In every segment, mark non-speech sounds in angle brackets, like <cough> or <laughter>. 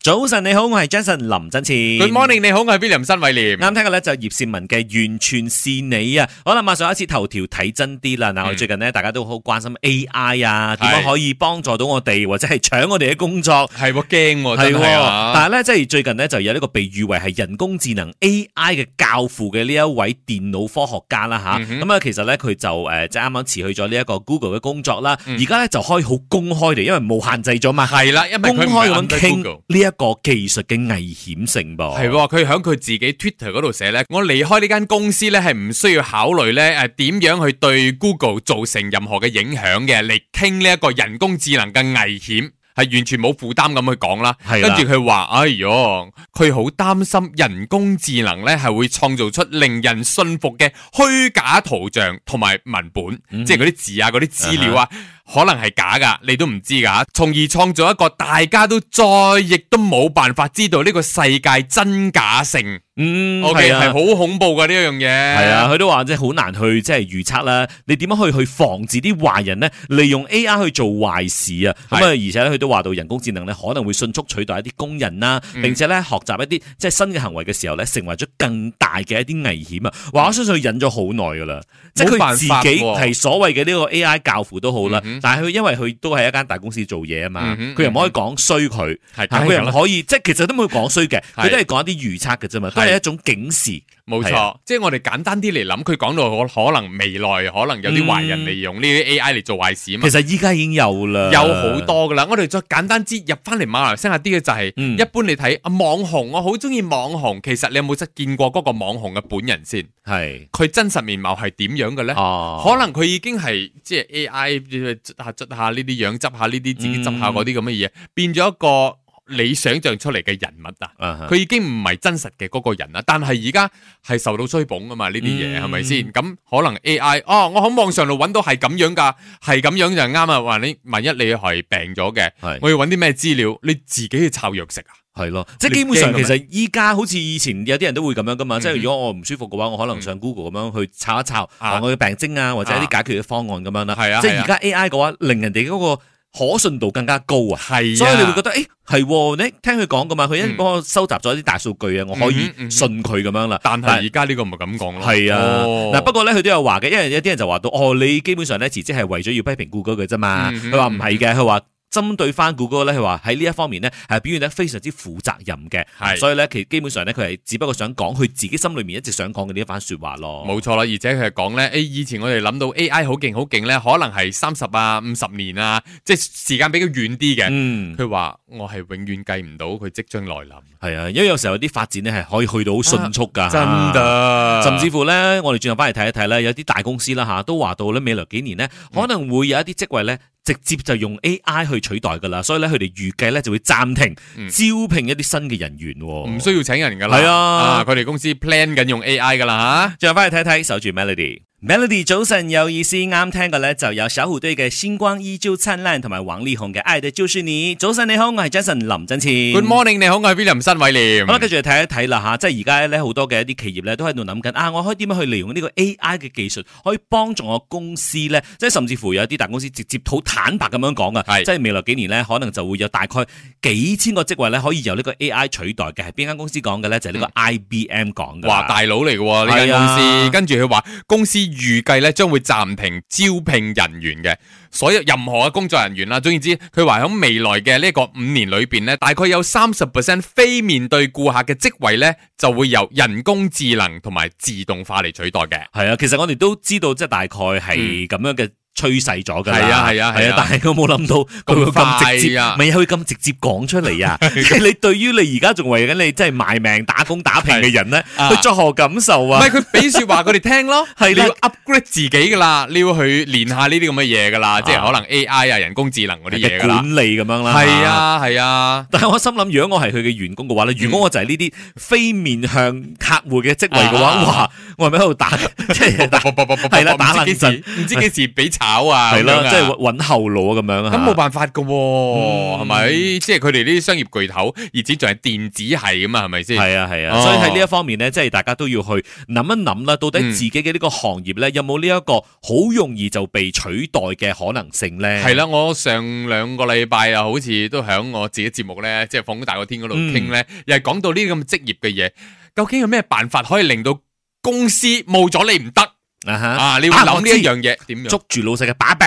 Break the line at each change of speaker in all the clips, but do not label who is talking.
早晨你好，我係 Jason 林振前。
Good morning，你好，我係 William 新偉廉。
啱聽嘅咧就葉倩文嘅完全是你啊！好啦，馬上一次頭條睇真啲啦。
嗯
嗱，我哋最近呢，大家都好關心 AI 啊，點樣可以幫助到我哋或者係搶我哋嘅工作。
係喎，驚喎，
係
真
喎，
係啊！
但係咧，即係最近呢，就有呢個被譽為係人工智能 AI 嘅教父嘅呢一位電腦科學家啦吓，
嗯哼
咁啊，其實咧佢就誒即係啱啱辭去咗呢一個 Google 嘅工作啦，
嗯
而家咧就可以好公開地，因為冇限制咗嘛，
係啦，因為
公
佢唔
開
係
咁
under
傾
Google
呢一個技術嘅危險性噃。
係喎，佢喺佢自己 Twitter 嗰度寫咧，我離開呢間公司咧係唔需要考慮咧誒點樣去對 Google 造成任何嘅影響嘅，嚟傾呢一個人工智能嘅危險。係完全冇負擔咁去講啦，
係
跟
啦
住佢話：哎喲，佢好擔心人工智能咧係會創造出令人信服嘅虛假圖像同埋文本，
嗯
即係嗰啲字啊、嗰啲資料啊，可能係假噶，你都唔知噶，從而創造一個大家都再亦都冇辦法知道呢個世界真假性。
嗯
O K，
係
係
啊
好恐怖噶呢樣嘢。
係
係
啊，，佢都話即係好難去即係預測啦。你點樣去去防止啲壞人呢？利用 A I 去做壞事啊？咁
係
啊，而且咧佢都話到人工智能咧可能會迅速取代一啲工人啦，
嗯
並且咧學習一啲即係新嘅行為嘅時候咧，成為咗更大嘅一啲危險啊！話我相信佢忍咗好耐噶啦，即係
冇
佢
辦
自
法
己
喎
係所謂嘅呢個 A I 教父都好啦
嗯哼，
但係佢因為佢都係一間大公司做嘢啊嘛，
嗯哼
佢又唔可以講衰佢，
係
佢
梗係
又
咁
唔
啦
可以即係其實都冇講衰嘅，
係
佢都係講一啲預測嘅啫嘛，都係一種警示。
冇
係啊
錯，即係我哋簡單啲嚟諗，佢講到可可能未來可能有啲壞人
嗯
利用呢啲 A I 嚟做壞事啊嘛
其。實依家已經有啦，
有好多噶啦，我哋再簡單啲入翻嚟馬來西亞啲嘅就係、
嗯
一般你睇啊網紅，我好中意網紅。其實你有冇真見過嗰個網紅嘅本人先？
係
佢真實面貌係點樣嘅咧？
哦，
可能佢已經係即係 AI 捽下捽下呢啲樣，執下呢啲自己執下嗰啲咁嘅嘢，變咗一個你想象出嚟嘅人物啊！
能
佢已經唔係真實嘅嗰個人啦，但係而家係受到追捧噶嘛呢啲嘢
嗯
係咪先？咁可能 AI 哦，我喺網上度揾到係咁樣噶，係咁樣就啱啊！話你萬一你係病咗嘅，
係
我要揾啲咩資料？你自己去抄藥食啊？
係咯，即係
你
基本上
驚嘅
其
咩
實依家好似以前有啲人都會咁樣噶嘛，即
嗯
係
哼
如果我唔舒服嘅話，我可能上 Google 咁樣去查一查
啊
啊我嘅病徵啊，或者一啲解決嘅方案咁樣啦。
係啊
即
係
係
啊
而家 AI 嘅話，令人哋嗰個可信度更加高啊。
係
所以你會覺
得
得，誒係喎你聽佢講噶嘛，佢一幫我收集咗啲大數據啊，我可以
嗯嗯哼嗯哼
信佢咁樣啦。
但係而家呢個唔係咁講咯。
係啊，
哦
嗱、不過咧佢都有話嘅，因為有啲人就話到，哦，你基本上咧辭職係為咗要批評谷歌嘅啫嘛，
嗯
佢話唔係嘅，佢話。針對翻谷歌咧，佢話喺呢一方面咧係表現得非常之負責任嘅，
係
所以咧其基本上咧佢係只不過想講佢自己心裏面一直想講嘅呢一番説話咯。
冇錯啦，而且佢係講咧，誒以前我哋諗到 AI 好勁好勁咧，可能係三十啊、五十年啊，即係時間比較遠啲嘅。
嗯，
佢話我係永遠計唔到佢即將來臨。
係啊，因為有時候啲發展咧係可以去到好迅速啊㗎，
真的，
甚至乎咧，我哋轉頭翻嚟睇一睇咧，有啲大公司啦吓，都話到咧，未來幾年咧
嗯
可能會有一啲職位咧直接就用 AI 去取代噶啦，所以咧佢哋預計咧就會暫停
嗯
招聘一啲新嘅人員喎。
唔需要請人噶啦。
係啊
佢哋公司 plan 緊用 AI 噶啦
轉頭翻嚟睇一睇，守住 Melody。Melody 早晨有意思，啱聽嘅咧就有小虎隊嘅《星光依照燦爛》同埋王力宏嘅《愛的就是你》。早晨你好，我係 Jason 林振前。
吓。Good morning，你好，我係 William 新偉廉。
好啦，跟住睇一睇啦吓，即係而家咧好多嘅一啲企業咧都喺度諗緊啊，我可以點樣去利用呢個 AI 嘅技術，可以幫助我公司咧，即係甚至乎有啲大公司直接好坦白咁樣講噶，
係
即係未來幾年咧，可能就會有大概幾千個職位咧可以由呢個 AI 取代嘅，係邊間公司講嘅咧？就係呢個 IBM 講嘅。
哇，大佬嚟嘅喎呢
係
間公
啊
司，跟住佢話公司預計咧將會暫停招聘人員嘅，所有任何嘅工作人員啦。總言之，佢話喺未來嘅呢個五年裏邊咧，大概有三十 percent 非面對顧客嘅職位咧，就會由人工智能同埋自動化嚟取代嘅。
係啊，其實我哋都知道，即係大概係咁樣嘅趨勢咗㗎啦。
嗯係啊係啊係啊
係啊！
<laughs>
但係我冇諗到佢會咁直接，
咁快啊
唔係佢咁直接講出嚟
<laughs>
啊！即係你對於你而家仲為緊你即係賣命打工打拼嘅人咧，
<laughs> 啊
佢作何感受
唔
啊
係？佢俾説話佢哋聽咯，
<laughs> 係
你
啦
要 upgrade 自己噶啦，你要去練下呢啲咁嘅嘢噶啦，即係可能 AI 啊、人工智能嗰啲嘢
嘅
噶啦。
管理咁樣啦，
係。啊，嗯係啊，
但係我心諗，如果我係佢嘅員工嘅話咧，如果我就係呢啲非面向客戶嘅職位嘅話，
啊 <laughs>
哇！我係咪喺度打即係打
係
係啦打冷
唔知幾時，唔知幾時俾炒
<laughs>
啊，
係
咁樣
啦，
啊
即係揾後路啊咁樣啊。
咁冇辦法噶喎，
嗯
係咪？即係佢哋呢啲商業巨頭，而且仲係電子系咁啊，係咪先？
系啊係啊，
哦
所以喺呢一方面咧，即係大家都要去諗一諗啦，到底
嗯
自己嘅呢個行業咧有冇呢一個好容易就被取代嘅可能性咧？
係啦，我上兩個禮拜啊，好似都喺我自己節目咧，即係放工大過天嗰度傾咧，又係講到呢啲咁職業嘅嘢，究竟有咩辦法可以令到公司冇咗你唔得
啊吓，
啊？你會
啊
諗
我
呢
知
一樣嘢點 <laughs> 樣？
捉住老細嘅把柄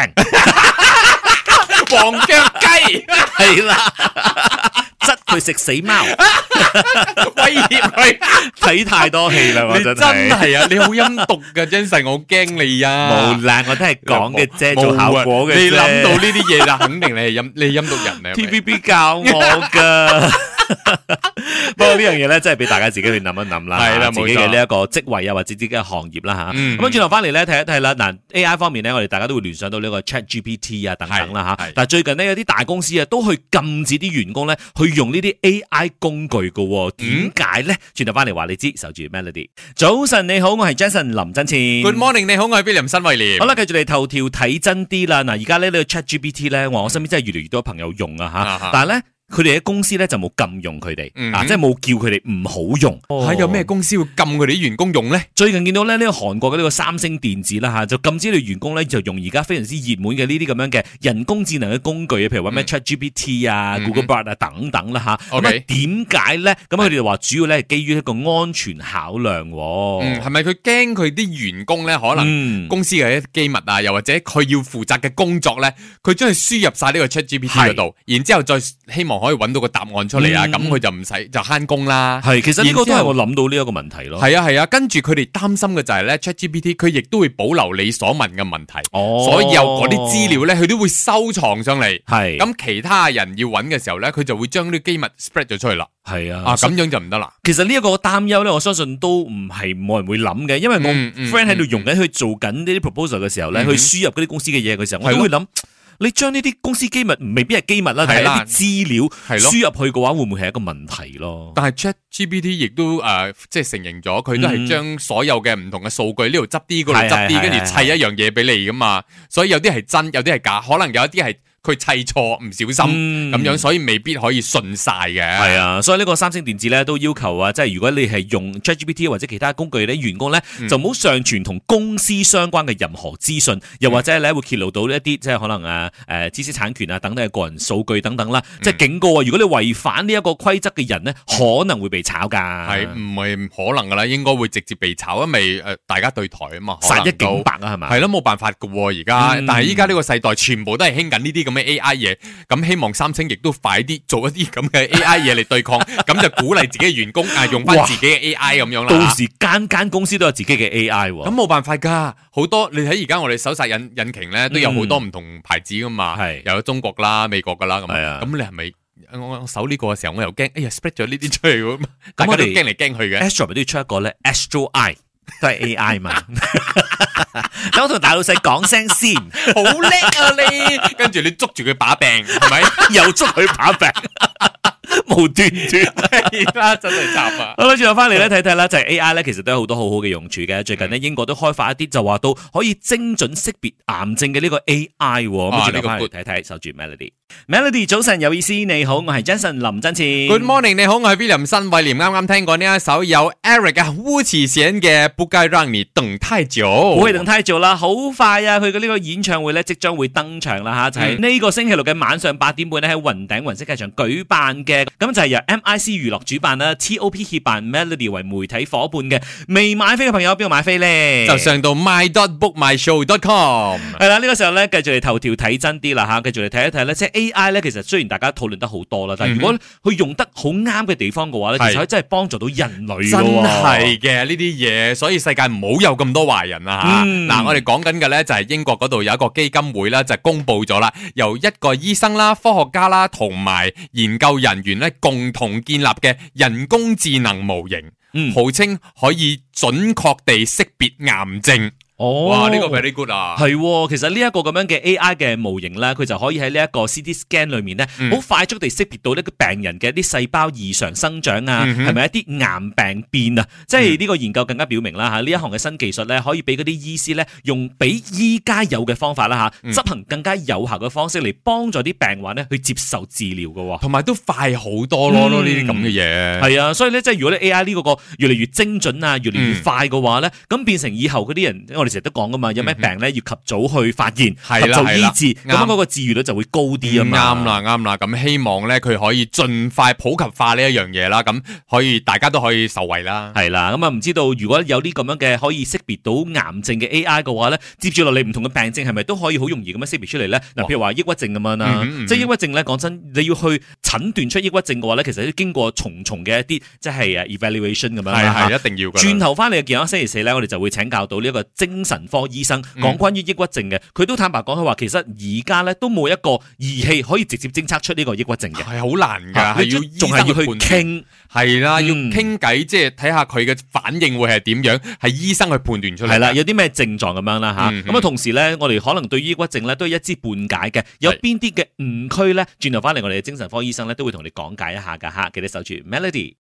黃腳雞
<laughs> 係啦，窒佢食死貓，
<laughs> 威脅佢。
睇太多戲啦，我
你真
真係。
係啊！你好陰毒噶 Jason，我好驚你啊！
無賴，我都係講嘅啫，
冇
做效果嘅啫。
你諗到呢啲嘢就肯定你係陰，你係陰毒
<laughs>
人嚟。係咪
TVB 教我噶。 <laughs> 不過呢樣嘢咧，真係俾大家自己去諗一諗啦，啊
係啦
自
冇錯
己嘅呢一個職位啊，或者自己嘅行業啦吓。
嗯
咁啊，轉頭翻嚟咧睇一睇啦。嗱，AI 方面咧，我哋大家都會聯想到呢個 ChatGPT 啊等等啦
係係
吓。但係最近呢，有啲大公司啊都去禁止啲員工咧去用呢啲 AI 工具噶喎。
嗯
點解咧？轉頭翻嚟話你知，守住 Melody。早晨你好，我係 Jason 林真前。
Good morning，你好，我係 William 新慧廉。
好啦，繼續嚟頭條睇真啲啦。嗱，而家呢呢個 ChatGPT 咧，哇我身邊真係越嚟越多朋友用
啊
啊
哈
吓，但係咧。佢哋嘅公司咧就冇禁用佢哋，
嗯
啊，即係冇叫佢哋唔好用。
嚇，有咩公司會禁佢哋啲員工用咧？
最近見到咧呢個韓國嘅呢個三星電子啦吓，就禁止你員工咧就用而家非常之熱門嘅呢啲咁樣嘅人工智能嘅工具啊，譬如話咩
嗯
ChatGPT 啊、
嗯
Google Bard 啊等等啦吓。咁
OK
啊點解咧？咁佢哋就話主要咧係基於一個安全考量喎。
嗯，係咪佢驚佢啲員工咧可能？
嗯
公司嘅一啲機密啊，又或者佢要負責嘅工作咧，佢將佢輸入晒呢個 ChatGPT
係
嗰度，然之後再希望可以揾到個答案出嚟啊，
嗯
咁佢就唔使就慳工啦。
係，其實呢個都
然之
係
後
我諗到呢一個問題咯。
係啊係啊，跟住佢哋擔心嘅就係咧，ChatGPT 佢亦都會保留你所問嘅問題，
哦
所有嗰啲資料咧，佢都會收藏上嚟。
係
咁其他人要揾嘅時候咧，佢就會將呢啲機密 spread 咗出去啦。
係啊，
啊，咁樣就唔得啦。
其實呢一個擔憂咧，我相信都唔係冇人會諗嘅，因為我
嗯嗯
friend 喺度用緊佢做緊呢啲 proposal 嘅時候咧，
嗯
佢輸入嗰啲公司嘅嘢嘅時候，我
係
都
咯
會諗，你將呢啲公司機密未必係機密啦，但係
係
一
啦
啲資料
係咯
輸入去嘅話，會唔會係一個問題咯？
但係 ChatGPT 亦都誒、呃即係承認咗佢都係
嗯
將所有嘅唔同嘅數據呢度執啲，嗰度
係
執
係
啲，
係
跟住砌一樣嘢俾你噶嘛。所以有啲係真，有啲係假，可能有一啲係佢砌錯，唔小心
嗯
咁樣，所以未必可以信晒嘅。
係啊，所以呢個三星電子咧都要求啊，即係如果你係用 ChatGPT 或者其他工具咧，員工咧、
嗯
就唔好上傳同公司相關嘅任何資訊，又或者咧會揭露到一啲即係可能啊誒、呃知識產權啊等等嘅個人數據等等啦，即
嗯
係警告啊！如果你違反呢一個規則嘅人咧，可能會被炒㗎。
係唔係可能噶啦？應該會直接被炒，因為誒、呃大家對台啊嘛，可能
殺一
都
儆百啊，係嘛？
係咯，冇辦法噶喎，而家。
嗯
但係依家呢個世代，全部都係興緊呢啲咁嘅 AI 嘢，咁希望三星亦都快啲做一啲
<laughs>
咁嘅 AI 嘢嚟對抗，咁就鼓勵自己嘅員工啊用翻
哇
自己嘅 AI 咁樣啦。
到時間間公司都有自己嘅 AI 喎。
咁冇辦法㗎，好多你睇而家我哋搜殺引引擎咧，都有好多唔同牌子㗎嘛，
嗯係
又有中國啦、美國㗎啦咁。
係啊
咁你係咪我我搜呢個嘅時候，我又驚，哎呀 spread 咗呢啲出去咁，大家
我
都
哋
驚嚟驚
<laughs>
去嘅。
Astro 咪都要出一個咧 Astro Eye，都係 AI 嘛。 <laughs> 等我同大老細講聲先。 <laughs>
好叻啊你！跟住你捉住佢把柄，
<laughs>
係咪？
又捉佢把柄， <laughs> 無端端。
係啦，真係慘啊！
好啦，轉頭翻嚟咧睇睇啦，就係 A I 咧，其實都有好多好好嘅用處嘅。最近呢，英國都開發一啲就話到可以精準識別癌症嘅呢個 A I 喎。咁
啊
轉頭翻嚟睇睇，守住 Melody。Melody 早晨有意思，你好，我係 Jason 林真前。
Good morning，你好，我係 William 新偉廉，啱啱聽過呢一首有 Eric 啊烏池醒嘅《不該讓你等太久》。
唔好去等太做啦，好快啊！佢嘅呢個演唱會咧，即將會登場啦吓，就
嗯
係、呢個星期六嘅晚上八點半咧，喺雲頂雲色劇場舉辦嘅，咁就係由 MIC 娛樂主辦啦，TOP 協辦，Melody 為媒體伙伴嘅。未買飛嘅朋友，邊度買飛咧？
就上到 my dot book my show dot com。
係啦，呢、個時候咧，繼續嚟頭條睇真啲啦吓，繼續嚟睇一睇咧，即係 A I 咧，其實雖然大家討論得好多啦，但係如果佢用得好啱嘅地方嘅話咧，
嗯係
其實佢真係幫助到人類㗎喎
真係嘅呢啲嘢，所以世界唔好有咁多壞人啦嚇。
嗯
嗱、我哋講緊嘅呢就係英國嗰度有一個基金會啦，就公布咗啦，由一個醫生啦、科學家啦同埋研究人員咧共同建立嘅人工智能模型，
嗯
號稱可以準確地識別癌症。
哦
哇，呢個 very good 啊！
係喎，其實呢一個咁樣嘅 AI 嘅模型咧，佢就可以喺呢一個 CT scan 裏面咧，
嗯
好快速地識別到呢個病人嘅一啲細胞異常生長啊，
嗯哼嗯
係咪一啲癌病變啊？即係呢個研究更加表明啦嚇，呢一項嘅新技術咧，可以俾嗰啲醫師咧用比依家有嘅方法啦嚇，
嗯
執行更加有效嘅方式嚟幫助啲病患咧去接受治療嘅喎。
同埋都快好多咯，
嗯
呢啲咁嘅嘢。
係啊，所以咧，即係如果你 A.I. 呢個個越嚟越精準啊，越嚟
嗯
越快嘅話咧，咁、變成以後嗰啲人，我哋成日都講噶嘛，有咩病咧要及早去發現，
嗯係啦係啦
及早醫治，咁啊
啱
嗰個治愈率就會高啲啊
嗯啱
嘛。
啦，啱啦，咁希望咧佢可以盡快普及化呢一樣嘢啦，咁可以大家都可以受惠啦。
係啦，咁啊唔知道如果有啲咁樣嘅可以識別到癌症嘅 A.I. 嘅話咧，接住落嚟唔同嘅病症係咪都可以好容易咁樣識別出嚟咧？嗱，
哇
譬如話抑鬱症咁樣啦
嗯哼嗯，哼
即係抑鬱症咧，講真，你要去診斷出抑鬱症嘅話咧，其實都經過重重嘅一啲即係啊誒 evaluation 咁樣啦
係啊
嚇
係一定要噶。
轉頭翻嚟嘅健康星期四咧，我哋就會請教到呢一個精神科醫生
嗯
講關於抑鬱症嘅，佢都坦白講佢話，其實而家咧都冇一個儀器可以直接偵測出呢個抑鬱症嘅，
係好難㗎，
啊
係
你
要
仲係要去
傾，
傾。
係啦，要
嗯
傾偈，即係睇下佢嘅反應會係點樣，係醫生去判斷出嚟。
係啦，，有啲咩症狀咁樣啦吓，
嗯
咁啊、同時咧，我哋可能對抑鬱症咧都有一知半解嘅，有邊啲嘅誤區咧，轉頭翻嚟我哋嘅精神科醫生咧都會同你講解一下㗎吓，記得守住 Melody。